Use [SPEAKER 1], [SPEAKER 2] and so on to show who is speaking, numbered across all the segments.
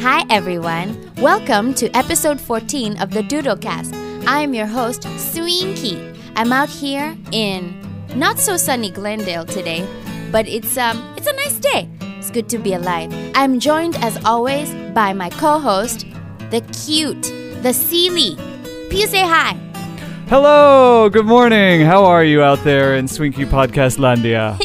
[SPEAKER 1] Hi, everyone. Welcome to episode 14 of the Doodlecast. I am your host, Swinky. I'm out here in not so sunny Glendale today, but it's um it's a nice day. It's good to be alive. I'm joined as always by my co-host, the cute, the Seely. Please say hi.
[SPEAKER 2] Hello, good morning. How are you out there in Swinky Podcast Landia?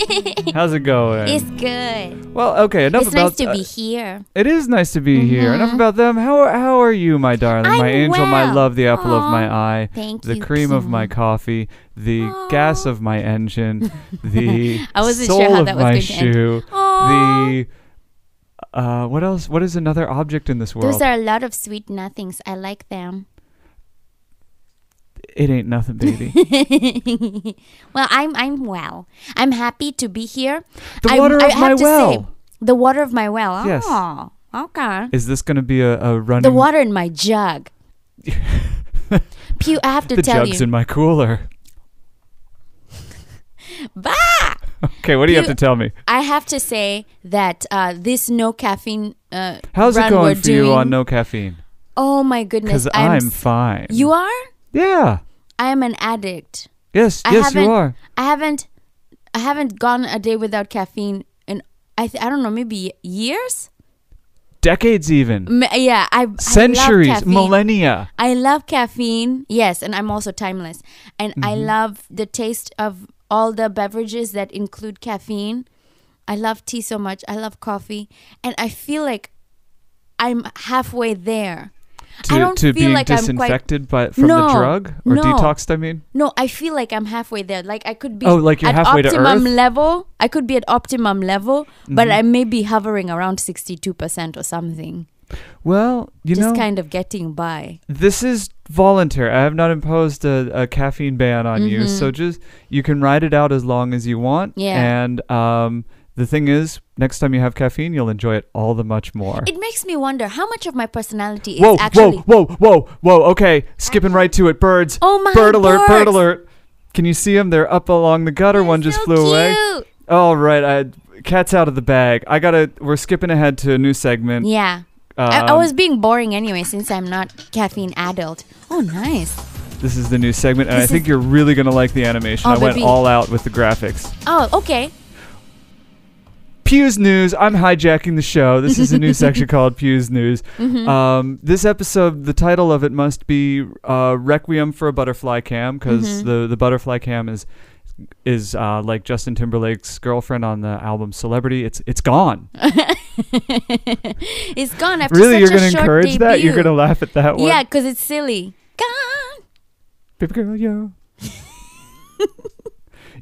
[SPEAKER 2] How's it going?
[SPEAKER 1] It's good.
[SPEAKER 2] well, okay, enough
[SPEAKER 1] it's
[SPEAKER 2] about
[SPEAKER 1] nice to
[SPEAKER 2] uh,
[SPEAKER 1] be here.
[SPEAKER 2] It is nice to be here. Enough about them. How are, how are you, my darling? my
[SPEAKER 1] I'm
[SPEAKER 2] angel, my
[SPEAKER 1] well.
[SPEAKER 2] love, the apple of my
[SPEAKER 1] Aw,
[SPEAKER 2] eye,
[SPEAKER 1] thank
[SPEAKER 2] the
[SPEAKER 1] you,
[SPEAKER 2] cream of my
[SPEAKER 1] Kim.
[SPEAKER 2] coffee, the gas of my engine, the
[SPEAKER 1] I wasn't
[SPEAKER 2] sole
[SPEAKER 1] sure how
[SPEAKER 2] of
[SPEAKER 1] that was
[SPEAKER 2] my
[SPEAKER 1] going to end.
[SPEAKER 2] shoe,
[SPEAKER 1] Aw.
[SPEAKER 2] the uh, what else? What is another object in this world?
[SPEAKER 1] Those are a lot of sweet nothings. I like them.
[SPEAKER 2] it ain't nothing, baby.
[SPEAKER 1] well, I'm I'm well. I'm happy to be here.
[SPEAKER 2] The
[SPEAKER 1] I-
[SPEAKER 2] water
[SPEAKER 1] I
[SPEAKER 2] of
[SPEAKER 1] have
[SPEAKER 2] my
[SPEAKER 1] to say,
[SPEAKER 2] well.
[SPEAKER 1] the water of my well.
[SPEAKER 2] Yes.
[SPEAKER 1] Oh, okay.
[SPEAKER 2] is this going to be a, a running?
[SPEAKER 1] The water in my jug. Pew, I have to
[SPEAKER 2] the
[SPEAKER 1] tell
[SPEAKER 2] jug's
[SPEAKER 1] you.
[SPEAKER 2] in my cooler.
[SPEAKER 1] Bah!
[SPEAKER 2] Okay, what do you,
[SPEAKER 1] You-
[SPEAKER 2] have to tell me?
[SPEAKER 1] I have to say that uh, this no caffeine uh,
[SPEAKER 2] How's
[SPEAKER 1] run
[SPEAKER 2] it
[SPEAKER 1] we're
[SPEAKER 2] going for
[SPEAKER 1] doing,
[SPEAKER 2] you on no caffeine?
[SPEAKER 1] Oh my goodness!
[SPEAKER 2] Because I'm,
[SPEAKER 1] s-
[SPEAKER 2] fine.
[SPEAKER 1] You are.
[SPEAKER 2] Yeah.
[SPEAKER 1] I am an addict.
[SPEAKER 2] Yes.
[SPEAKER 1] I
[SPEAKER 2] yes, you
[SPEAKER 1] haven't-
[SPEAKER 2] are.
[SPEAKER 1] I haven't. I haven't gone a day without caffeine in I th- I don't know maybe years.
[SPEAKER 2] Decades, even
[SPEAKER 1] M- yeah, I I love
[SPEAKER 2] centuries,
[SPEAKER 1] caffeine.
[SPEAKER 2] millennia.
[SPEAKER 1] I love caffeine. Yes, and I'm also timeless. And I love the taste of all the beverages that include caffeine. I love tea so much. I love coffee. And I feel like I'm halfway there. I
[SPEAKER 2] To,
[SPEAKER 1] don't feel
[SPEAKER 2] to being
[SPEAKER 1] like I'm quite
[SPEAKER 2] disinfected by from
[SPEAKER 1] No,
[SPEAKER 2] the drug or
[SPEAKER 1] no.
[SPEAKER 2] detoxed. I mean,
[SPEAKER 1] No, I feel like I'm halfway there. Like I could be
[SPEAKER 2] Oh, like you're
[SPEAKER 1] at
[SPEAKER 2] halfway to
[SPEAKER 1] optimum
[SPEAKER 2] Earth?
[SPEAKER 1] level. I could be at optimum level, but I may be hovering around 62% or something.
[SPEAKER 2] well, you
[SPEAKER 1] just
[SPEAKER 2] know,
[SPEAKER 1] kind of getting by.
[SPEAKER 2] this is voluntary. I have not imposed a, a caffeine ban on you, so just you can ride it out as long as you want.
[SPEAKER 1] Mm-hmm. Yeah.
[SPEAKER 2] And um, the thing is, next time you have caffeine, you'll enjoy it all the much more.
[SPEAKER 1] It makes me wonder how much of my personality is
[SPEAKER 2] whoa,
[SPEAKER 1] actually
[SPEAKER 2] whoa, whoa, whoa, whoa. Okay, skipping right to it. Birds.
[SPEAKER 1] Oh my
[SPEAKER 2] Bird alert, bird
[SPEAKER 1] birds.
[SPEAKER 2] alert. Can you see them? They're up along the gutter. One just
[SPEAKER 1] so
[SPEAKER 2] flew away.
[SPEAKER 1] cute.
[SPEAKER 2] All right, I, cat's out of the bag. I gotta. We're skipping ahead to a new segment. Um,
[SPEAKER 1] Yeah. I, I was being boring anyway since I'm not caffeine adult. Oh, nice.
[SPEAKER 2] This is the new segment, and I
[SPEAKER 1] This
[SPEAKER 2] think
[SPEAKER 1] is-
[SPEAKER 2] you're really gonna like the animation.
[SPEAKER 1] Oh,
[SPEAKER 2] I went
[SPEAKER 1] baby.
[SPEAKER 2] all out with the graphics.
[SPEAKER 1] Oh, okay.
[SPEAKER 2] Pew's News. I'm hijacking the show. This is a new section called Pew's News.
[SPEAKER 1] Mm-hmm.
[SPEAKER 2] Um, this episode, the title of it must be uh, "Requiem for a Butterfly Cam" because
[SPEAKER 1] Mm-hmm.
[SPEAKER 2] the the butterfly cam is is uh, like Justin Timberlake's girlfriend on the album Celebrity. It's it's gone.
[SPEAKER 1] It's gone after
[SPEAKER 2] really,
[SPEAKER 1] such
[SPEAKER 2] you're
[SPEAKER 1] a
[SPEAKER 2] gonna
[SPEAKER 1] short
[SPEAKER 2] encourage
[SPEAKER 1] debut.
[SPEAKER 2] that? You're gonna laugh at that one?
[SPEAKER 1] Yeah, because it's silly. Gone.
[SPEAKER 2] Baby girl, yo.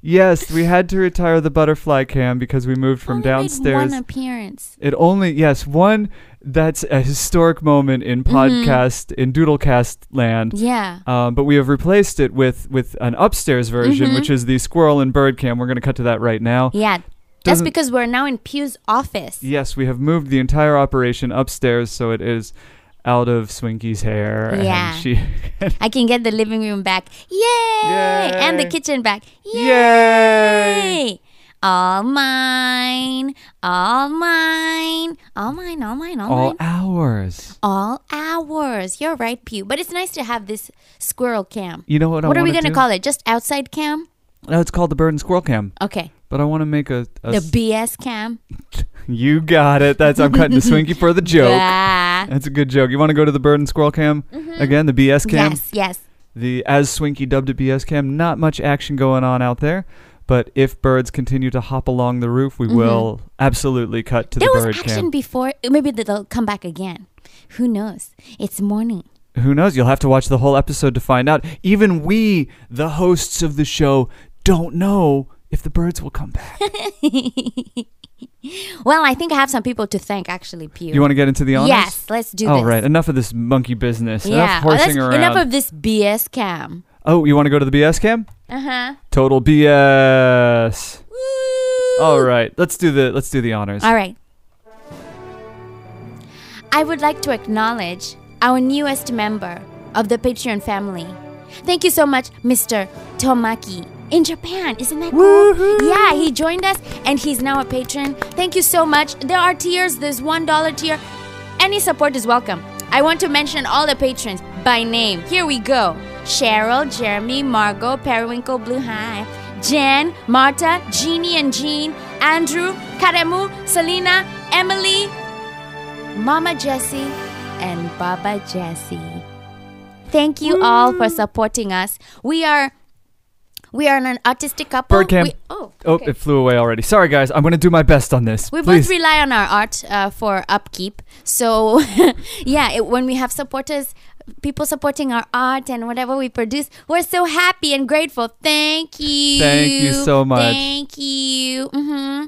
[SPEAKER 2] yes, we had to retire the butterfly cam because we moved from
[SPEAKER 1] Only made
[SPEAKER 2] downstairs.
[SPEAKER 1] one appearance.
[SPEAKER 2] It only yes, one that's a historic moment in podcast in Doodlecast land.
[SPEAKER 1] Mm-hmm. Yeah. Mm-hmm.
[SPEAKER 2] Um, but we have replaced it with with an upstairs version, which is the squirrel and bird cam. We're going to cut to that right now.
[SPEAKER 1] Yeah. That's
[SPEAKER 2] Doesn't-
[SPEAKER 1] because we're now in Pew's office.
[SPEAKER 2] Yes, we have moved the entire operation upstairs, so it is out of Swinky's hair.
[SPEAKER 1] Yeah.
[SPEAKER 2] And she,
[SPEAKER 1] I can get the living room back. Yay! And the
[SPEAKER 2] Yay.
[SPEAKER 1] kitchen back.
[SPEAKER 2] yay!
[SPEAKER 1] Yay! All mine. All mine. All mine. All mine. All, mine.
[SPEAKER 2] All hours.
[SPEAKER 1] all hours. You're right, Pew. But it's nice to have this squirrel cam.
[SPEAKER 2] You know what?
[SPEAKER 1] what
[SPEAKER 2] I
[SPEAKER 1] are we
[SPEAKER 2] going to
[SPEAKER 1] call it? Just outside cam?
[SPEAKER 2] No, it's called the bird and squirrel cam.
[SPEAKER 1] Okay.
[SPEAKER 2] But I want to make a. a
[SPEAKER 1] The
[SPEAKER 2] s-
[SPEAKER 1] BS cam.
[SPEAKER 2] you got it. That's I'm cutting to Swinky for the joke.
[SPEAKER 1] Bah.
[SPEAKER 2] That's a good joke. You want to go to the bird and squirrel cam again? The BS cam.
[SPEAKER 1] Mm-hmm. Yes, yes.
[SPEAKER 2] The as Swinky dubbed it BS cam. Not much action going on out there, but if birds continue to hop along the roof, we will absolutely cut
[SPEAKER 1] Mm-hmm.
[SPEAKER 2] to
[SPEAKER 1] There
[SPEAKER 2] the
[SPEAKER 1] was
[SPEAKER 2] bird
[SPEAKER 1] action before. Maybe they'll come back again. Who knows? It's morning.
[SPEAKER 2] cam. Who knows? You'll have to watch the whole episode to find out. Even we, the hosts of the show, don't know if the birds will come back.
[SPEAKER 1] Well, I think I have some people to thank, actually, Pew.
[SPEAKER 2] you want to get into the honors?
[SPEAKER 1] yes, let's do
[SPEAKER 2] All
[SPEAKER 1] this.
[SPEAKER 2] right, enough of this monkey business.
[SPEAKER 1] Yeah.
[SPEAKER 2] Enough
[SPEAKER 1] Oh, that's-
[SPEAKER 2] horsing around.
[SPEAKER 1] enough of this BS cam.
[SPEAKER 2] oh, you want to go to the BS cam?
[SPEAKER 1] Uh huh.
[SPEAKER 2] Total BS. All right, let's do the let's do the honors.
[SPEAKER 1] All right. I would like to acknowledge our newest member of the Patreon family. Thank you so much, Mr. Tomaki. In Japan, isn't that cool? Yeah, he joined us and he's now a patron. Thank you so much. There are tiers. There's one dollar tier, Any support is welcome. I want to mention all the patrons by name. Here we go Cheryl, Jeremy, Margot, Periwinkle, Blue High, Jen, Marta, Jeannie and Jean, Andrew, Karemu, Selena, Emily, Mama Jessie, and Baba Jessie. Thank you all for supporting us. We are. We are an autistic couple.
[SPEAKER 2] Birdcam.
[SPEAKER 1] We, oh,
[SPEAKER 2] Oh,
[SPEAKER 1] okay.
[SPEAKER 2] it flew away already. Sorry, guys. I'm going to do my best on this.
[SPEAKER 1] We
[SPEAKER 2] Please.
[SPEAKER 1] both rely on our art uh, for upkeep. So, yeah, it, when we have supporters, people supporting our art and whatever we produce, we're so happy and grateful. Thank you.
[SPEAKER 2] Thank you so much.
[SPEAKER 1] Thank you. hmm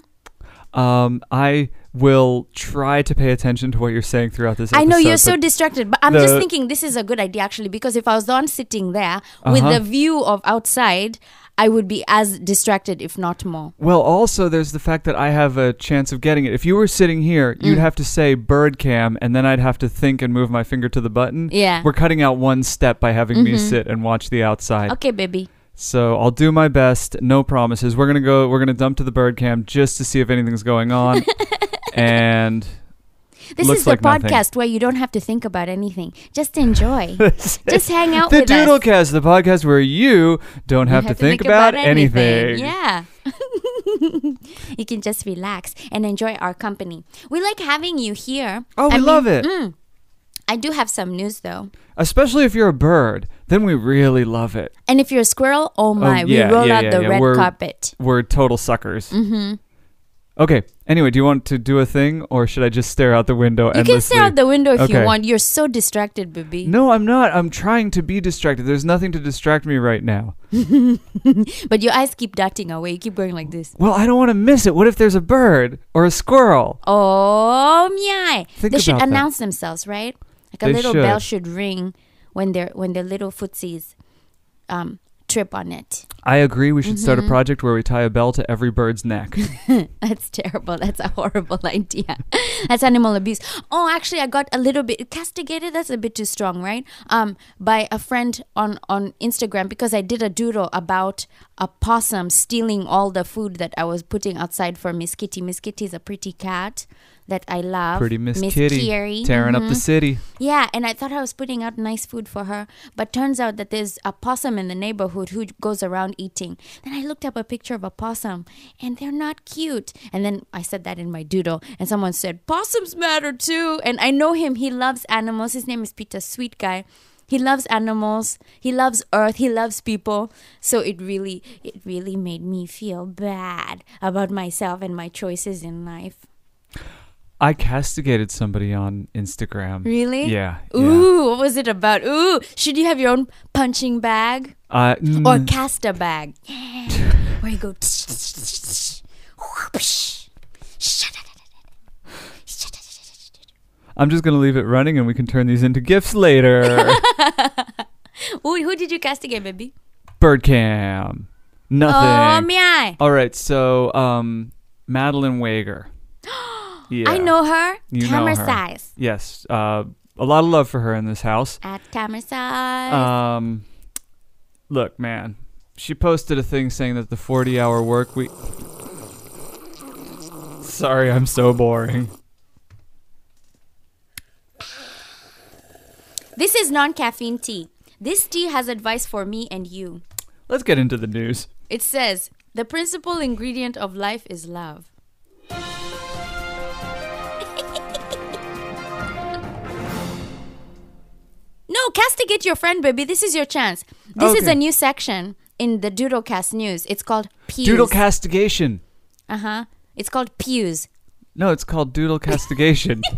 [SPEAKER 2] um, I will try to pay attention to what you're saying throughout this.
[SPEAKER 1] I know you're so
[SPEAKER 2] episode,
[SPEAKER 1] distracted, but I'm just
[SPEAKER 2] the-
[SPEAKER 1] thinking this is a good idea actually because if I was the one sitting there with
[SPEAKER 2] Uh-huh.
[SPEAKER 1] the view of outside, I would be as distracted, if not more.
[SPEAKER 2] but- well, also there's the fact that I have a chance of getting it. If you were sitting here,
[SPEAKER 1] Mm.
[SPEAKER 2] you'd have to say bird cam, and then I'd have to think and move my finger to the button.
[SPEAKER 1] Yeah. Mm-hmm.
[SPEAKER 2] We're cutting out one step by having me sit and watch the outside.
[SPEAKER 1] Okay, baby.
[SPEAKER 2] So I'll do my best. No promises. We're gonna go. We're gonna dump to the bird cam just to see if anything's going on. and
[SPEAKER 1] This
[SPEAKER 2] Looks
[SPEAKER 1] is the
[SPEAKER 2] like
[SPEAKER 1] podcast
[SPEAKER 2] nothing.
[SPEAKER 1] where you don't have to think about anything. Just enjoy. just hang out
[SPEAKER 2] the
[SPEAKER 1] with us.
[SPEAKER 2] Doodlecast, the podcast where you don't have, to, think, about, anything.
[SPEAKER 1] Yeah. you can just relax and enjoy our company. We like having you here.
[SPEAKER 2] Oh, we
[SPEAKER 1] I mean,
[SPEAKER 2] love it.
[SPEAKER 1] mm. I do have some news though.
[SPEAKER 2] Especially if you're a bird, then we really love it.
[SPEAKER 1] And if you're a squirrel, oh my,
[SPEAKER 2] yeah,
[SPEAKER 1] we roll
[SPEAKER 2] yeah,
[SPEAKER 1] out
[SPEAKER 2] yeah,
[SPEAKER 1] the
[SPEAKER 2] yeah.
[SPEAKER 1] red
[SPEAKER 2] We're-
[SPEAKER 1] carpet.
[SPEAKER 2] We're total suckers. Mm-hmm. Okay. Anyway, do you want to do a thing, or should I just stare out the window
[SPEAKER 1] You can
[SPEAKER 2] endlessly?
[SPEAKER 1] stare out the window if you
[SPEAKER 2] Okay.
[SPEAKER 1] want. You're so distracted, baby.
[SPEAKER 2] no, I'm not. I'm trying to be distracted. There's nothing to distract me right now.
[SPEAKER 1] But your eyes keep darting away. You keep going like this.
[SPEAKER 2] Well, I don't want to miss it. What if there's a bird or a squirrel?
[SPEAKER 1] Oh, my.
[SPEAKER 2] Think
[SPEAKER 1] they should
[SPEAKER 2] about that.
[SPEAKER 1] announce themselves, right? Like a
[SPEAKER 2] They
[SPEAKER 1] little bell
[SPEAKER 2] should.
[SPEAKER 1] should ring when their when their little footsies um, trip on it.
[SPEAKER 2] I agree. We should
[SPEAKER 1] Mm-hmm.
[SPEAKER 2] start a project where we tie a bell to every bird's neck.
[SPEAKER 1] That's terrible. That's a horrible idea. That's animal abuse. Oh, actually, I got a little bit castigated. That's a bit too strong, right? Um, by a friend on on Instagram because I did a doodle about a possum stealing all the food that I was putting outside for Miss Kitty. Miss Kitty is a pretty cat that I love.
[SPEAKER 2] Pretty Miss, Kitty
[SPEAKER 1] Carey.
[SPEAKER 2] tearing up the city.
[SPEAKER 1] Yeah, and I thought I was putting out nice food for her, but turns out that there's a possum in the neighborhood who goes around eating. Then I looked up a picture of a possum, and they're not cute. And then I said that in my doodle, and someone said, Possums matter too. And I know him, he loves animals. His name is Peter Sweet Guy. He loves animals, he loves earth, he loves people. So it really it really made me feel bad about myself and my choices in life.
[SPEAKER 2] I castigated somebody on Instagram.
[SPEAKER 1] Really?
[SPEAKER 2] Yeah. yeah.
[SPEAKER 1] Ooh, what was it about? Ooh, should you have your own punching bag
[SPEAKER 2] Uh, n-
[SPEAKER 1] or caster bag? Yeah, where you go.
[SPEAKER 2] I'm just gonna leave it running, and we can turn these into gifts later.
[SPEAKER 1] Ooh, who did you castigate, baby?
[SPEAKER 2] Birdcam.
[SPEAKER 1] Oh,
[SPEAKER 2] Nothing.
[SPEAKER 1] my!
[SPEAKER 2] All right. So, um, Madeline Wager. yeah.
[SPEAKER 1] I know her.
[SPEAKER 2] You know
[SPEAKER 1] camera
[SPEAKER 2] her.
[SPEAKER 1] size.
[SPEAKER 2] Yes. Uh, a lot of love for her in this house.
[SPEAKER 1] At camera size.
[SPEAKER 2] Um, look, man. She posted a thing saying that the 40-hour work week. Sorry, I'm so boring.
[SPEAKER 1] this is non-caffeine tea. This tea has advice for me and you.
[SPEAKER 2] Let's get into the news.
[SPEAKER 1] It says the principal ingredient of life is love. no, castigate your friend, baby. This is your chance. This is
[SPEAKER 2] Okay.
[SPEAKER 1] a new section in the Doodlecast news. It's called Pews.
[SPEAKER 2] Doodle castigation.
[SPEAKER 1] Uh huh. It's called Pews.
[SPEAKER 2] No, it's called doodle castigation.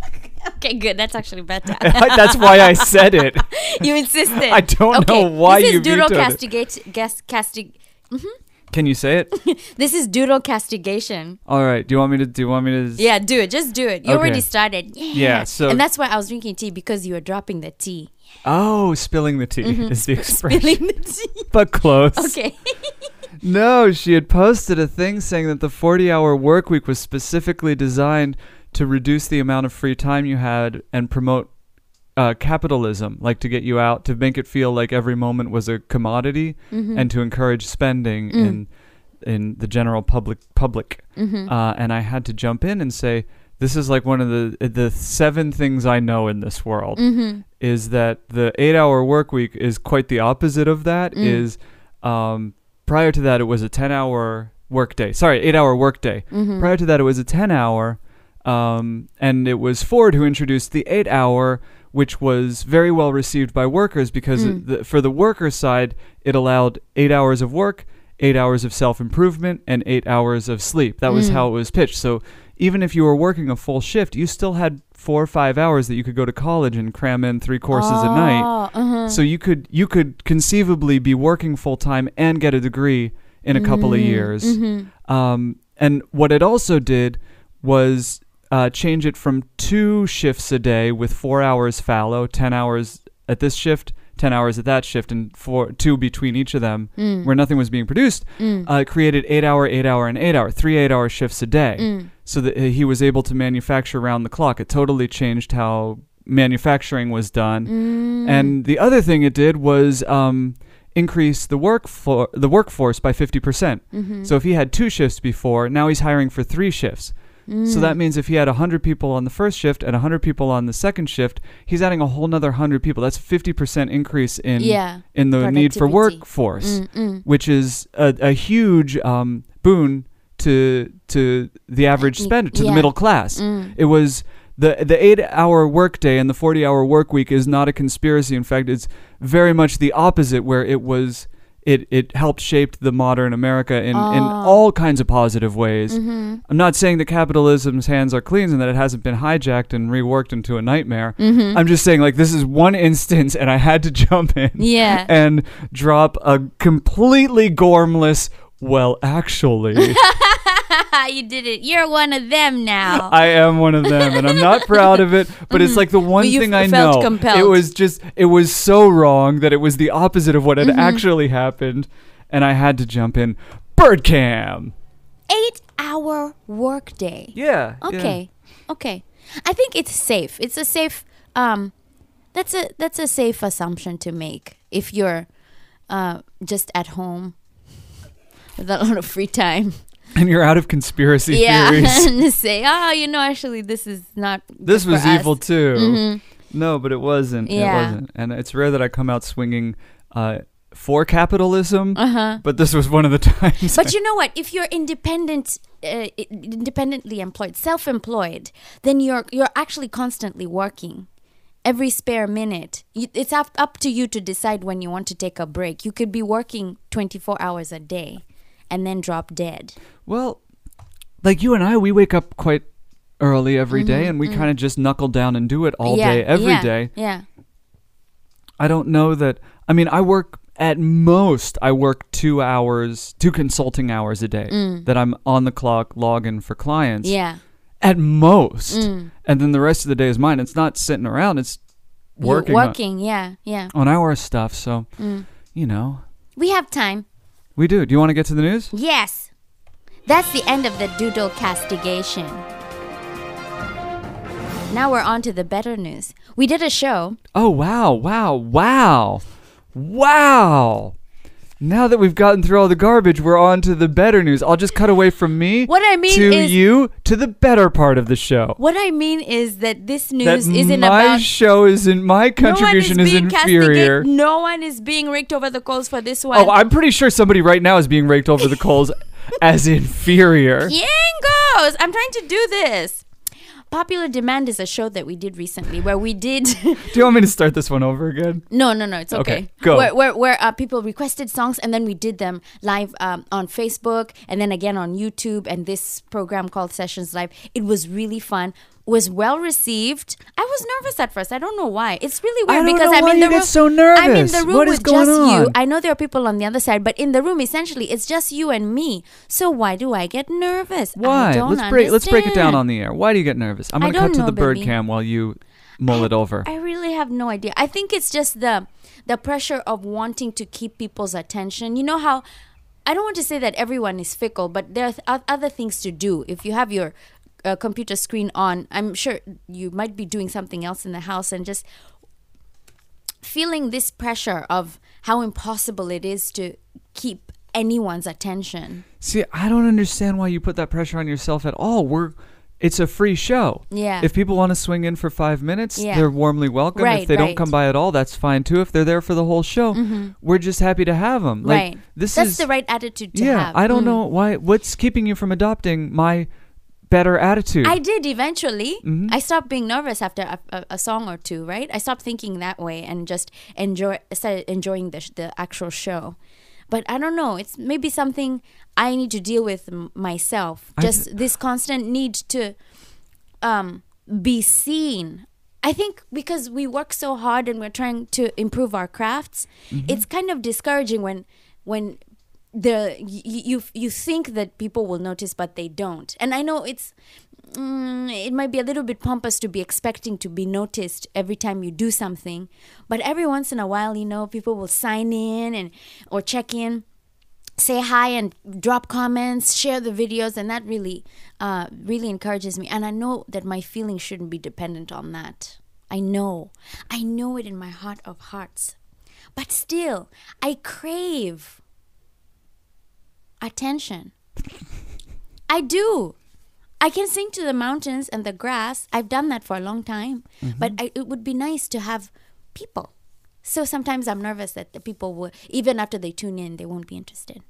[SPEAKER 1] Okay, good. That's actually better.
[SPEAKER 2] That's why I said it.
[SPEAKER 1] you insisted.
[SPEAKER 2] I don't
[SPEAKER 1] okay.
[SPEAKER 2] know why
[SPEAKER 1] this
[SPEAKER 2] you
[SPEAKER 1] is doodle
[SPEAKER 2] vetoed it.
[SPEAKER 1] castigate. Gas, castig-
[SPEAKER 2] Can you say it?
[SPEAKER 1] this is doodle castigation.
[SPEAKER 2] All right. Do you want me to? Do you want me to? s-
[SPEAKER 1] Yeah, do it. Just do it. You
[SPEAKER 2] Okay.
[SPEAKER 1] already started. Yeah.
[SPEAKER 2] Yeah, so-
[SPEAKER 1] and that's why I was drinking tea because you were dropping the tea.
[SPEAKER 2] Oh, spilling the tea is the expression,
[SPEAKER 1] Mm-hmm. Spilling the tea.
[SPEAKER 2] but close.
[SPEAKER 1] Okay.
[SPEAKER 2] No, she had posted a thing saying that the 40-hour work week was specifically designed to reduce the amount of free time you had and promote uh, capitalism, like to get you out, to make it feel like every moment was a commodity, and to encourage spending in in the general public public. Uh, and I had to jump in and say, this is like one of the the seven things I know in this world
[SPEAKER 1] Mm-hmm.
[SPEAKER 2] is that the eight hour work week is quite the opposite of that. Is um, prior to that it was a ten hour workday. Sorry, eight hour workday.
[SPEAKER 1] Mm-hmm.
[SPEAKER 2] Prior to that it was a ten hour, um, and it was Ford who introduced the eight hour. Which was very well received by workers because it- the, for the worker side, it allowed eight hours of work, eight hours of self improvement, and eight hours of sleep. That was how it was pitched. So even if you were working a full shift, you still had four or five hours that you could go to college and cram in three courses a night.
[SPEAKER 1] Oh, uh-huh.
[SPEAKER 2] So you could you could conceivably be working full time and get a degree in a couple
[SPEAKER 1] Mm-hmm.
[SPEAKER 2] of years. Um, and what it also did was uh, change it from two shifts a day with four hours fallow, ten hours at this shift, ten hours at that shift, and four two between each of them, where nothing was being produced. Uh, it created eight hour, eight hour, and eight hour, three eight hour shifts a day,
[SPEAKER 1] Mm.
[SPEAKER 2] so that uh, he was able to manufacture around the clock. It totally changed how manufacturing was done.
[SPEAKER 1] Mm-hmm.
[SPEAKER 2] And the other thing it did was um, increase the work for, the workforce by 50%. percent
[SPEAKER 1] Mm-hmm.
[SPEAKER 2] So if he had two shifts before, now he's hiring for three shifts. So
[SPEAKER 1] Mm.
[SPEAKER 2] that means if he had 100 people on the first shift and 100 people on the second shift, he's adding a whole nother 100 people. That's 50% increase in
[SPEAKER 1] Yeah, Mm-hmm.
[SPEAKER 2] in the need for
[SPEAKER 1] productivity. Mm.
[SPEAKER 2] workforce, which is a, a huge um, boon to to the average
[SPEAKER 1] Y-
[SPEAKER 2] spender, to
[SPEAKER 1] yeah.
[SPEAKER 2] the middle class.
[SPEAKER 1] Mm-hmm.
[SPEAKER 2] It was the the eight hour workday and the forty hour work week is not a conspiracy. In fact, it's very much the opposite, where it was. It, it helped shape the modern America in, in all kinds of positive ways. I'm not saying that capitalism's hands are clean and that it hasn't been hijacked and reworked into a nightmare. I'm just saying, like, this is one instance, and I had to jump in
[SPEAKER 1] Yeah.
[SPEAKER 2] and drop a completely gormless, well, actually,
[SPEAKER 1] you did it. You're one of them now.
[SPEAKER 2] I am one of them, and I'm not proud of it, but it's like the one
[SPEAKER 1] Mm-hmm. But you
[SPEAKER 2] thing I
[SPEAKER 1] f- felt
[SPEAKER 2] know.
[SPEAKER 1] compelled.
[SPEAKER 2] It was just, it was so wrong that it was the opposite of what
[SPEAKER 1] Mm-hmm.
[SPEAKER 2] had actually happened, and I had to jump in. Birdcam!
[SPEAKER 1] Eight hour workday.
[SPEAKER 2] Yeah.
[SPEAKER 1] Okay. Okay. I think it's safe. It's a safe um that's a that's a safe assumption to make if you're uh just at home with a lot of free time.
[SPEAKER 2] And you're out of conspiracy
[SPEAKER 1] Yeah.
[SPEAKER 2] theories.
[SPEAKER 1] and say, "Oh, you know, actually this is not good
[SPEAKER 2] This
[SPEAKER 1] for
[SPEAKER 2] was
[SPEAKER 1] us." Mm-hmm.
[SPEAKER 2] evil too. No, but it wasn't.
[SPEAKER 1] Yeah.
[SPEAKER 2] It wasn't. And it's rare that I come out swinging uh, for capitalism, uh-huh. but this was one of the times.
[SPEAKER 1] But you know what? If you're independent, uh, i- independently employed, self-employed, then you're you're actually constantly working. Every spare minute, You- it's up, up to you to decide when you want to take a break. You could be working 24 hours a day, and then drop dead.
[SPEAKER 2] Well, like you and I, we wake up quite early every day, and we kind of just knuckle down and do it all day, every day.
[SPEAKER 1] Mm-hmm, mm. yeah, Yeah.
[SPEAKER 2] I don't know that. I mean, I work at most. I work two hours, two consulting hours a day. That I'm on the clock, logging for clients.
[SPEAKER 1] Mm. Yeah. Mm.
[SPEAKER 2] at most. And then the rest of the day is mine. It's not sitting around. It's
[SPEAKER 1] You-
[SPEAKER 2] working, on-
[SPEAKER 1] working. Mm. Yeah. Yeah.
[SPEAKER 2] on, our stuff. So, you know,
[SPEAKER 1] We have time.
[SPEAKER 2] we do. Do you want to get to the news?
[SPEAKER 1] Yes. That's the end of the doodle castigation. Now we're on to the better news. We did a show.
[SPEAKER 2] Oh, wow, wow, wow, wow. Now that we've gotten through all the garbage, we're on to the better news. I'll just cut away from me
[SPEAKER 1] What I mean
[SPEAKER 2] to
[SPEAKER 1] is-
[SPEAKER 2] you to the better part of the show.
[SPEAKER 1] What I mean is that this
[SPEAKER 2] That
[SPEAKER 1] news isn't
[SPEAKER 2] my
[SPEAKER 1] about
[SPEAKER 2] show isn't my contribution
[SPEAKER 1] no one is,
[SPEAKER 2] is,
[SPEAKER 1] being
[SPEAKER 2] inferior.
[SPEAKER 1] castigated. No one is being raked over the coals for this one.
[SPEAKER 2] Oh, I'm pretty sure somebody right now is being raked over the coals as inferior.
[SPEAKER 1] Yangos! I'm trying to do this. Popular Demand is a show that we did recently where we did
[SPEAKER 2] Do you want me to start this one over again?
[SPEAKER 1] No, no, no. It's okay.
[SPEAKER 2] Okay, go.
[SPEAKER 1] Where where, where uh, people requested songs and then we did them live um, on Facebook and then again on YouTube and this program called Sessions Live. It was really fun. Was well received. I was nervous at first. I don't know why. It's really weird
[SPEAKER 2] I don't
[SPEAKER 1] because
[SPEAKER 2] know
[SPEAKER 1] I'm
[SPEAKER 2] why
[SPEAKER 1] in the
[SPEAKER 2] you get
[SPEAKER 1] room.
[SPEAKER 2] so
[SPEAKER 1] I'm in
[SPEAKER 2] nervous.
[SPEAKER 1] the room
[SPEAKER 2] What
[SPEAKER 1] with
[SPEAKER 2] is going
[SPEAKER 1] just you.
[SPEAKER 2] on?
[SPEAKER 1] I know there are people on the other side, but in the room essentially it's just you and me. So why do I get nervous?
[SPEAKER 2] Why?
[SPEAKER 1] I don't
[SPEAKER 2] let's break let's break it down
[SPEAKER 1] understand.
[SPEAKER 2] on the air. Why do you get nervous? I'm
[SPEAKER 1] I
[SPEAKER 2] gonna cut
[SPEAKER 1] don't
[SPEAKER 2] to
[SPEAKER 1] know,
[SPEAKER 2] the bird
[SPEAKER 1] baby.
[SPEAKER 2] cam while you mull it over.
[SPEAKER 1] I really have no idea. I think it's just the the pressure of wanting to keep people's attention. You know how I don't want to say that everyone is fickle, but there are th- oth- other things to do. If you have your uh, computer screen on, I'm sure you might be doing something else in the house and just feeling this pressure of how impossible it is to keep anyone's attention.
[SPEAKER 2] See, I don't understand why you put that pressure on yourself at all. We're it's a free show.
[SPEAKER 1] Yeah.
[SPEAKER 2] If people want to swing in for five minutes,
[SPEAKER 1] Yeah.
[SPEAKER 2] they're warmly welcome.
[SPEAKER 1] Right,
[SPEAKER 2] if they
[SPEAKER 1] right. Mm-hmm.
[SPEAKER 2] don't come by at all, that's fine too. If they're there for the whole show, we're just happy to have them. Like,
[SPEAKER 1] right.
[SPEAKER 2] This
[SPEAKER 1] That's
[SPEAKER 2] is
[SPEAKER 1] the right attitude to
[SPEAKER 2] yeah.
[SPEAKER 1] have.
[SPEAKER 2] I don't
[SPEAKER 1] Mm.
[SPEAKER 2] know why. What's keeping you from adopting my better attitude?
[SPEAKER 1] I did eventually. I stopped being nervous after a, a, a song or two, right? I stopped thinking that way and just enjoy started enjoying the sh- the actual show. But I don't know. It's maybe something I need to deal with m- myself.
[SPEAKER 2] I
[SPEAKER 1] Just this constant need to um, be seen. I think because we work so hard and we're trying to improve our crafts, it's kind of discouraging when when the y- y- you you think that people will notice but they don't. And I know it's mm, it might be a little bit pompous to be expecting to be noticed every time you do something, but every once in a while, you know, people will sign in and or check in say hi and drop comments, share the videos, and that really, uh, really encourages me. And I know that my feelings shouldn't be dependent on that. I know, I know it in my heart of hearts, but still, I crave attention. I do. I can sing to the mountains and the grass. I've done that for a long time, but I, it would be nice to have people. So sometimes I'm nervous that the people will, even after they tune in, they won't be interested.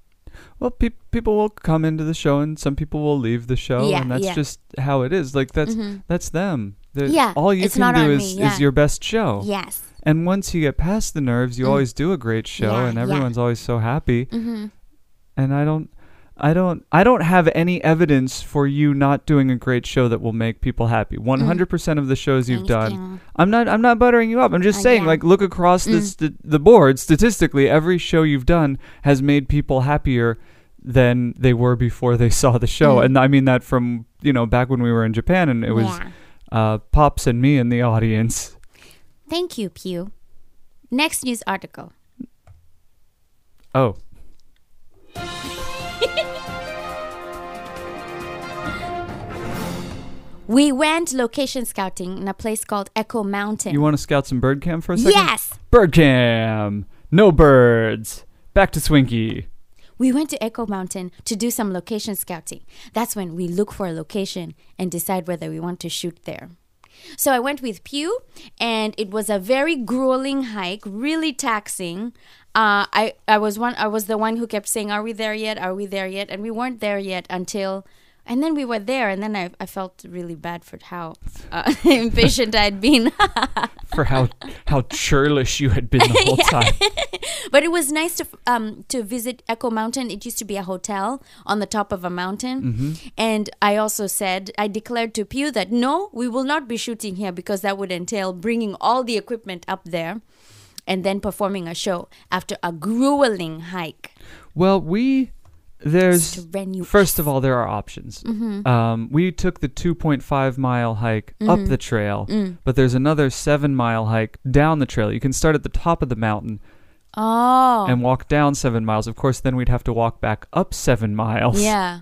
[SPEAKER 2] well, pe- people will come into the show, and some people will leave the show,
[SPEAKER 1] Yeah,
[SPEAKER 2] and that's
[SPEAKER 1] yeah. Mm-hmm.
[SPEAKER 2] just how it is. Like that's that's them. The-
[SPEAKER 1] Yeah,
[SPEAKER 2] All you
[SPEAKER 1] it's
[SPEAKER 2] can
[SPEAKER 1] not
[SPEAKER 2] do
[SPEAKER 1] on
[SPEAKER 2] is
[SPEAKER 1] me, yeah.
[SPEAKER 2] is your best show.
[SPEAKER 1] Yes.
[SPEAKER 2] And once you get past the nerves, you always do a great show,
[SPEAKER 1] Mm. Yeah,
[SPEAKER 2] and
[SPEAKER 1] yeah.
[SPEAKER 2] everyone's always so happy. Mm-hmm. And I don't, I don't, I don't have any evidence for you not doing a great show that will make people happy. One hundred percent of the shows you've
[SPEAKER 1] Mm. Thank
[SPEAKER 2] done,
[SPEAKER 1] you.
[SPEAKER 2] I'm not, I'm not buttering you up. I'm just
[SPEAKER 1] Uh,
[SPEAKER 2] saying,
[SPEAKER 1] yeah.
[SPEAKER 2] like, look across the
[SPEAKER 1] Mm.
[SPEAKER 2] st- the board. Statistically, every show you've done has made people happier than they were before they saw the show.
[SPEAKER 1] Mm.
[SPEAKER 2] And I mean that from you know back when we were in Japan, and it was
[SPEAKER 1] Yeah.
[SPEAKER 2] uh, pops and me in the audience.
[SPEAKER 1] Thank you, Pew. Next news article.
[SPEAKER 2] Oh.
[SPEAKER 1] We went location scouting in a place called Echo Mountain.
[SPEAKER 2] You want to scout some bird cam for a second?
[SPEAKER 1] yes.
[SPEAKER 2] Bird cam. No birds. Back to Swinky.
[SPEAKER 1] We went to Echo Mountain to do some location scouting. That's when we look for a location and decide whether we want to shoot there. So I went with Pew, and it was a very grueling hike, really taxing. Uh, I I was one I was the one who kept saying, "Are we there yet? Are we there yet?" And we weren't there yet until, and then we were there, and then I I felt really bad for how uh, impatient I had been.
[SPEAKER 2] For how how churlish you had been the whole time.
[SPEAKER 1] But it was nice to um to visit Echo Mountain. It used to be a hotel on the top of a mountain,
[SPEAKER 2] Mm-hmm.
[SPEAKER 1] and I also said I declared to Pew that no, we will not be shooting here because that would entail bringing all the equipment up there, and then performing a show after a grueling hike.
[SPEAKER 2] Well, we there's
[SPEAKER 1] Strenuous.
[SPEAKER 2] first of all there are options.
[SPEAKER 1] Mm-hmm.
[SPEAKER 2] Um, we took the 2.5 mile hike up the trail,
[SPEAKER 1] Mm.
[SPEAKER 2] but there's another seven mile hike down the trail. You can start at the top of the mountain
[SPEAKER 1] Oh,
[SPEAKER 2] and walk down seven miles. Of course, then we'd have to walk back up seven miles.
[SPEAKER 1] yeah.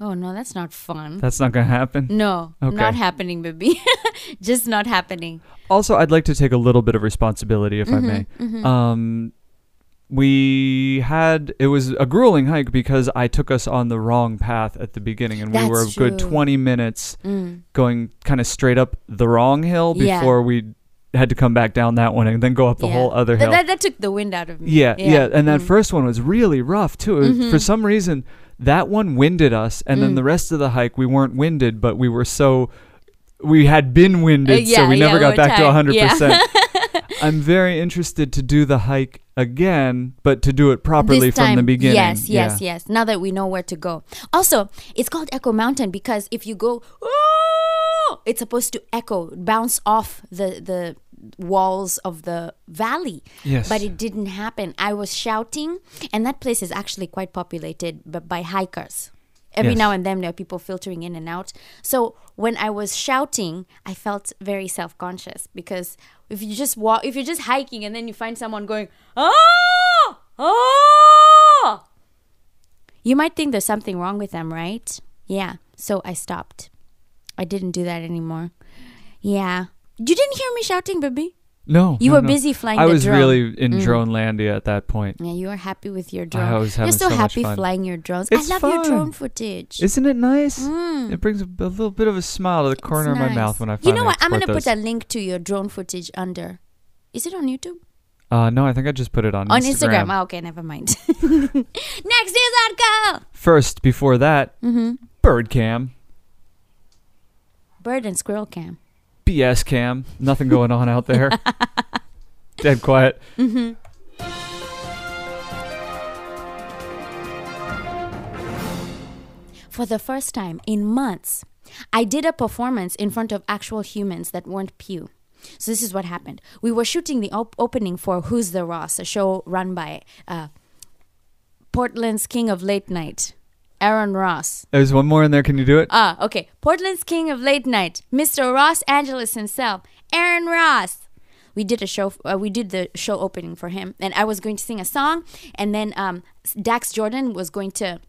[SPEAKER 1] Oh no, that's not fun.
[SPEAKER 2] that's not gonna happen.
[SPEAKER 1] no,
[SPEAKER 2] Okay.
[SPEAKER 1] not happening, baby. Just not happening.
[SPEAKER 2] Also, I'd like to take a little bit of responsibility, if
[SPEAKER 1] Mm-hmm,
[SPEAKER 2] I may. Um, we had it was a grueling hike because I took us on the wrong path at the beginning, and we
[SPEAKER 1] That's
[SPEAKER 2] were a good
[SPEAKER 1] true.
[SPEAKER 2] twenty minutes
[SPEAKER 1] Mm,
[SPEAKER 2] going kind of straight up the wrong hill
[SPEAKER 1] Yeah.
[SPEAKER 2] before we had to come back down that one and then go up the
[SPEAKER 1] Yeah.
[SPEAKER 2] whole other
[SPEAKER 1] Th-
[SPEAKER 2] hill.
[SPEAKER 1] That, that took the wind out of me.
[SPEAKER 2] yeah, yeah, and that
[SPEAKER 1] Mm.
[SPEAKER 2] first one was really rough too. It was-
[SPEAKER 1] Mm-hmm.
[SPEAKER 2] For some reason, that one winded us, and
[SPEAKER 1] Mm.
[SPEAKER 2] then the rest of the hike we weren't winded, but we were so we had been winded,
[SPEAKER 1] Uh, yeah,
[SPEAKER 2] so we never
[SPEAKER 1] yeah,
[SPEAKER 2] got
[SPEAKER 1] we're
[SPEAKER 2] back to
[SPEAKER 1] tired.
[SPEAKER 2] hundred
[SPEAKER 1] Yeah.
[SPEAKER 2] percent. I'm very interested to do the hike again, but to do it properly
[SPEAKER 1] This time,
[SPEAKER 2] from the beginning.
[SPEAKER 1] Yes, yes,
[SPEAKER 2] Yeah.
[SPEAKER 1] yes. Now that we know where to go. Also, it's called Echo Mountain because if you go, "Oh," it's supposed to echo, bounce off the the walls of the valley.
[SPEAKER 2] Yes.
[SPEAKER 1] But it didn't happen. I was shouting, and that place is actually quite populated, but by hikers. Every
[SPEAKER 2] Yes.
[SPEAKER 1] now and then, there are people filtering in and out. So when I was shouting, I felt very self-conscious because if you just walk, if you're just hiking, and then you find someone going, oh, oh, you might think there's something wrong with them, right? Yeah. So I stopped. I didn't do that anymore. Yeah. You didn't hear me shouting, baby.
[SPEAKER 2] No,
[SPEAKER 1] You
[SPEAKER 2] no,
[SPEAKER 1] were
[SPEAKER 2] no.
[SPEAKER 1] busy flying
[SPEAKER 2] I
[SPEAKER 1] the
[SPEAKER 2] was
[SPEAKER 1] drone. Mm-hmm.
[SPEAKER 2] really in Dronelandia at that point.
[SPEAKER 1] Yeah, you were happy with your drone.
[SPEAKER 2] I was having
[SPEAKER 1] You're so,
[SPEAKER 2] so much
[SPEAKER 1] happy
[SPEAKER 2] fun.
[SPEAKER 1] flying your drones.
[SPEAKER 2] It's
[SPEAKER 1] I love your
[SPEAKER 2] fun.
[SPEAKER 1] drone footage.
[SPEAKER 2] Isn't it nice?
[SPEAKER 1] Mm.
[SPEAKER 2] It brings a, b- a little bit of a smile to the
[SPEAKER 1] It's
[SPEAKER 2] corner of my
[SPEAKER 1] nice.
[SPEAKER 2] mouth when I finally
[SPEAKER 1] You know what? I'm gonna
[SPEAKER 2] export
[SPEAKER 1] put
[SPEAKER 2] those.
[SPEAKER 1] a link to your drone footage under. Is it on YouTube?
[SPEAKER 2] Uh, no, I think I just put it on,
[SPEAKER 1] on Instagram. Oh, okay, never mind. Next news article.
[SPEAKER 2] First, before that,
[SPEAKER 1] Mm-hmm.
[SPEAKER 2] bird cam,
[SPEAKER 1] Bird and squirrel cam.
[SPEAKER 2] BS cam, nothing going on out there. Dead quiet.
[SPEAKER 1] For the first time in months, I did a performance in front of actual humans that weren't pew. So this is what happened. We were shooting the op- opening for Who's the Ross, a show run by uh, Portland's King of Late Night, Aaron Ross.
[SPEAKER 2] There's one more in there. Can you do it?
[SPEAKER 1] Ah, okay. Portland's king of late night, Mr. Ross Angeles himself, Aaron Ross. We did a show. Uh, we did the show opening for him, and I was going to sing a song, and then um, Dax Jordan was going to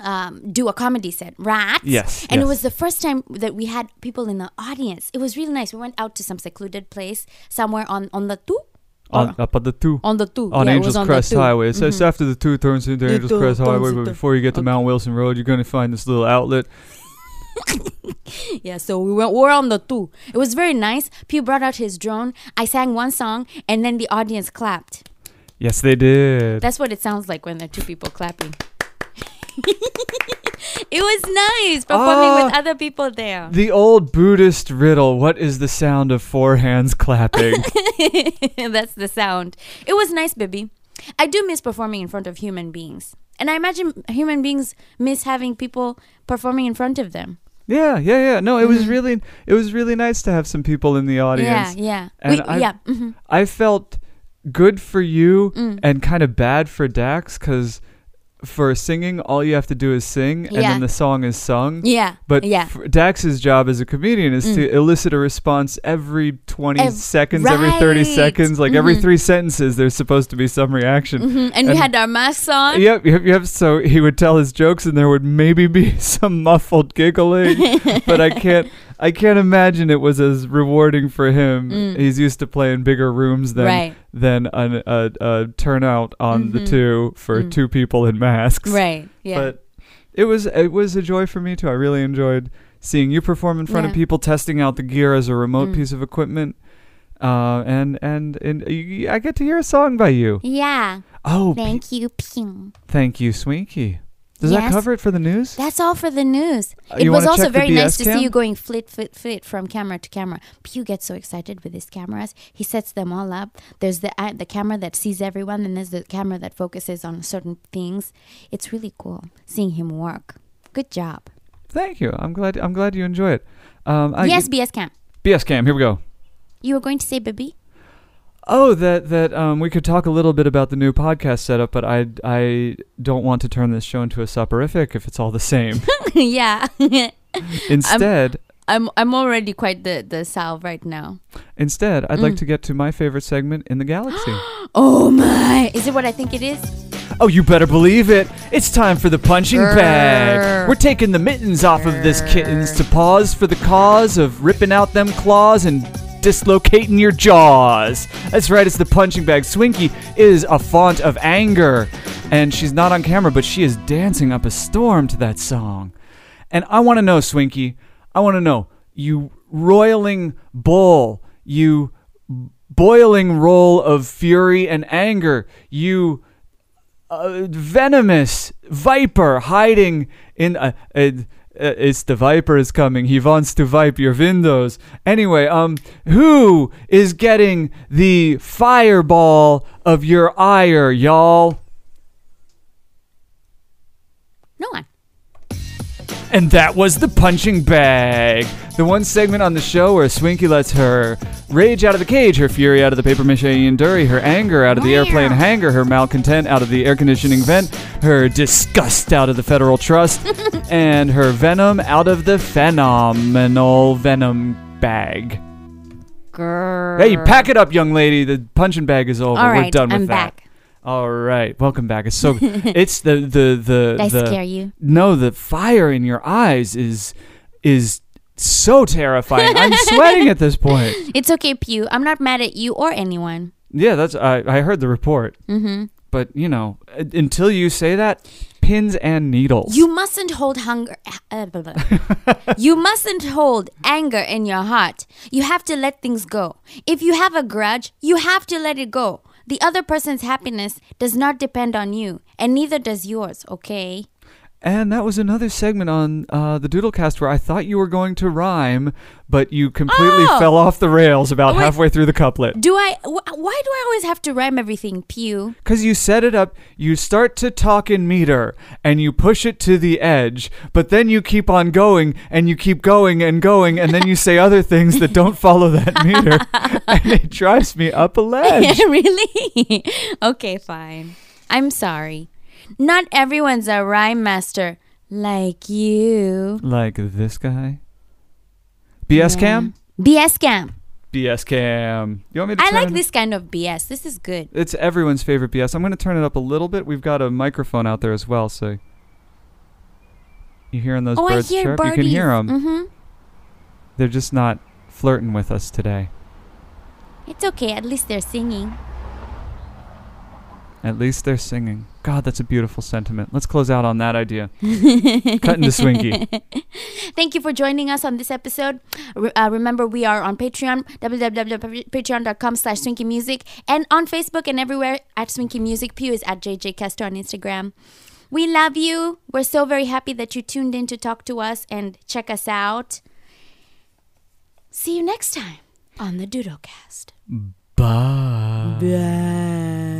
[SPEAKER 1] um, do a comedy set, right?
[SPEAKER 2] Yes,
[SPEAKER 1] And it
[SPEAKER 2] yes.
[SPEAKER 1] was the first time that we had people in the audience. It was really nice. We went out to some secluded place somewhere on on the two.
[SPEAKER 2] on, up at the two.
[SPEAKER 1] on the two.
[SPEAKER 2] on
[SPEAKER 1] Oh, yeah, it was
[SPEAKER 2] Angels
[SPEAKER 1] on the
[SPEAKER 2] Crest
[SPEAKER 1] two.
[SPEAKER 2] Highway. It says after the two turns into Angels
[SPEAKER 1] two
[SPEAKER 2] Crest
[SPEAKER 1] turns
[SPEAKER 2] Highway, but
[SPEAKER 1] into-
[SPEAKER 2] before you get to Mount Wilson Road, you're going to find this little outlet.
[SPEAKER 1] Yeah, so we went, were on the two. It was very nice. Pew brought out his drone. I sang one song, and then the audience clapped.
[SPEAKER 2] Yes, they did.
[SPEAKER 1] That's what it sounds like when there are two people clapping. it was nice performing with
[SPEAKER 2] Ah.
[SPEAKER 1] other people there.
[SPEAKER 2] the old Buddhist riddle. What is the sound of four hands clapping?
[SPEAKER 1] That's the sound. It was nice, baby. I do miss performing in front of human beings. And I imagine human beings miss having people performing in front of them.
[SPEAKER 2] yeah, yeah, yeah. No, it was really, it was really nice to have some people in the audience.
[SPEAKER 1] Mm-hmm. Yeah, yeah.
[SPEAKER 2] And
[SPEAKER 1] We-
[SPEAKER 2] I-
[SPEAKER 1] yeah. mhm.
[SPEAKER 2] I felt good for you
[SPEAKER 1] Mm.
[SPEAKER 2] and kind of bad for Dax because for singing, all you have to do is sing, and
[SPEAKER 1] Yeah.
[SPEAKER 2] then the song is sung.
[SPEAKER 1] Yeah.
[SPEAKER 2] But
[SPEAKER 1] yeah. Mm.
[SPEAKER 2] f- Dax's job as a comedian is to elicit a response every 20
[SPEAKER 1] Ev-
[SPEAKER 2] seconds, every 30
[SPEAKER 1] right. Mm-hmm.
[SPEAKER 2] seconds, like every three sentences, there's supposed to be some reaction.
[SPEAKER 1] Mhm. And, we
[SPEAKER 2] and-
[SPEAKER 1] had our masks on.
[SPEAKER 2] Yep, yep, yep. So he would tell his jokes, and there would maybe be some muffled giggling, but I can't, I can't imagine it was as rewarding for him. He's used to playing bigger rooms than
[SPEAKER 1] Mm. Right.
[SPEAKER 2] than an, a, a turnout on the two for two people in masks.
[SPEAKER 1] Mm-hmm. Mm. Right. Yeah.
[SPEAKER 2] But it was it was a joy for me too. I really enjoyed seeing you perform in front of
[SPEAKER 1] Yeah. Mm.
[SPEAKER 2] people, testing out the gear as a remote piece of equipment. Uh, and and and you, I get to hear a song by you.
[SPEAKER 1] yeah.
[SPEAKER 2] Oh, pe-
[SPEAKER 1] Thank you, Ping.
[SPEAKER 2] Thank you, Swinky. Does that
[SPEAKER 1] Yes.
[SPEAKER 2] cover it for the news?
[SPEAKER 1] That's all for the news.
[SPEAKER 2] Uh,
[SPEAKER 1] It
[SPEAKER 2] you
[SPEAKER 1] was
[SPEAKER 2] wanna
[SPEAKER 1] also
[SPEAKER 2] check the
[SPEAKER 1] very nice
[SPEAKER 2] BS
[SPEAKER 1] to
[SPEAKER 2] cam?
[SPEAKER 1] see you going flit, flit, flit from camera to camera. Pew gets so excited with his cameras. He sets them all up. There's the uh, the camera that sees everyone, and there's the camera that focuses on certain things. It's really cool seeing him work. Good job.
[SPEAKER 2] Thank you. I'm glad. I'm glad you enjoy it. Um, I-
[SPEAKER 1] yes, BS Camp.
[SPEAKER 2] BS cam. Here we go.
[SPEAKER 1] You were going to say, baby?
[SPEAKER 2] Oh, that that um, we could talk a little bit about the new podcast setup, but I I don't want to turn this show into a soporific if it's all the same.
[SPEAKER 1] yeah.
[SPEAKER 2] instead,
[SPEAKER 1] I'm I'm already quite the, the salve right now.
[SPEAKER 2] instead, I'd like to get to my favorite segment in the galaxy.
[SPEAKER 1] Oh my. Is it what I think it is?
[SPEAKER 2] oh, you better believe it! It's time for the punching bag.
[SPEAKER 1] Grrr.
[SPEAKER 2] We're taking the mittens off of this kittens to pause for the cause of ripping out them claws and dislocating your jaws. That's right, it's the punching bag. Swinky is a font of anger, and she's not on camera, but she is dancing up a storm to that song. And I want to know, Swinky, I want to know, you roiling bull, you boiling roll of fury and anger, you uh, venomous viper hiding in a. a uh, it's the viper is coming. He wants to wipe your windows. Anyway, um, who is getting the fireball of your ire, y'all?
[SPEAKER 1] No one.
[SPEAKER 2] And that was the punching bag. The one segment on the show where Swinky lets her rage out of the cage, her fury out of the paper mache yandere, her anger out of the airplane hangar, her malcontent out of the air conditioning vent, her disgust out of the federal trust, and her venom out of the phenomenal venom bag.
[SPEAKER 1] Girl.
[SPEAKER 2] Hey, pack it up, young lady. The punching bag is over.
[SPEAKER 1] All
[SPEAKER 2] We're
[SPEAKER 1] right,
[SPEAKER 2] done with
[SPEAKER 1] I'm
[SPEAKER 2] that.
[SPEAKER 1] back.
[SPEAKER 2] All right, welcome back. It's so it's the the the
[SPEAKER 1] Did I
[SPEAKER 2] the
[SPEAKER 1] scare you?
[SPEAKER 2] no, the fire in your eyes is is so terrifying. I'm sweating at this point.
[SPEAKER 1] It's okay, Pew. I'm not mad at you or anyone.
[SPEAKER 2] Yeah, that's I, I heard the report. Mm-hmm. But you know, u- until you say that, pins and needles.
[SPEAKER 1] You mustn't hold hunger. uh, blah, blah. you mustn't hold anger in your heart. You have to let things go. If you have a grudge, you have to let it go. The other person's happiness does not depend on you, and neither does yours, okay?
[SPEAKER 2] and that was another segment on uh, the Doodlecast where I thought you were going to rhyme, but you completely
[SPEAKER 1] Oh!
[SPEAKER 2] fell off the rails about
[SPEAKER 1] Wait.
[SPEAKER 2] halfway through the couplet.
[SPEAKER 1] Do I. Wh- why do I always have to rhyme everything, Pew?
[SPEAKER 2] Because you set it up, you start to talk in meter and you push it to the edge, but then you keep on going and you keep going and going, and then you say other things that don't follow that meter, and it drives me up a ledge.
[SPEAKER 1] really? okay, fine. I'm sorry. Not everyone's a rhyme master like you.
[SPEAKER 2] like this guy? BS cam?
[SPEAKER 1] BS scam.
[SPEAKER 2] BS cam. You want me to
[SPEAKER 1] I
[SPEAKER 2] turn-
[SPEAKER 1] like this kind of BS. This is good.
[SPEAKER 2] It's everyone's favorite BS. I'm going to turn it up a little bit. We've got a microphone out there as well, so you hearing those
[SPEAKER 1] oh, I
[SPEAKER 2] birds
[SPEAKER 1] hear
[SPEAKER 2] chirp?
[SPEAKER 1] birdies.
[SPEAKER 2] You can hear them.
[SPEAKER 1] hmm
[SPEAKER 2] They're just not flirting with us today.
[SPEAKER 1] It's okay. At least they're singing.
[SPEAKER 2] At least they're singing. God, that's a beautiful sentiment. Let's close out on that idea. Cut into Swinky.
[SPEAKER 1] Thank you for joining us on this episode. Re- uh, remember, we are on Patreon, www.patreon.com slash Swinky Music, and on Facebook and everywhere at Swinky Music. Pew is at JJ Kester on Instagram. We love you. We're so very happy that you tuned in to talk to us and check us out. See you next time on the Doodlecast.
[SPEAKER 2] Bye.
[SPEAKER 1] Bye.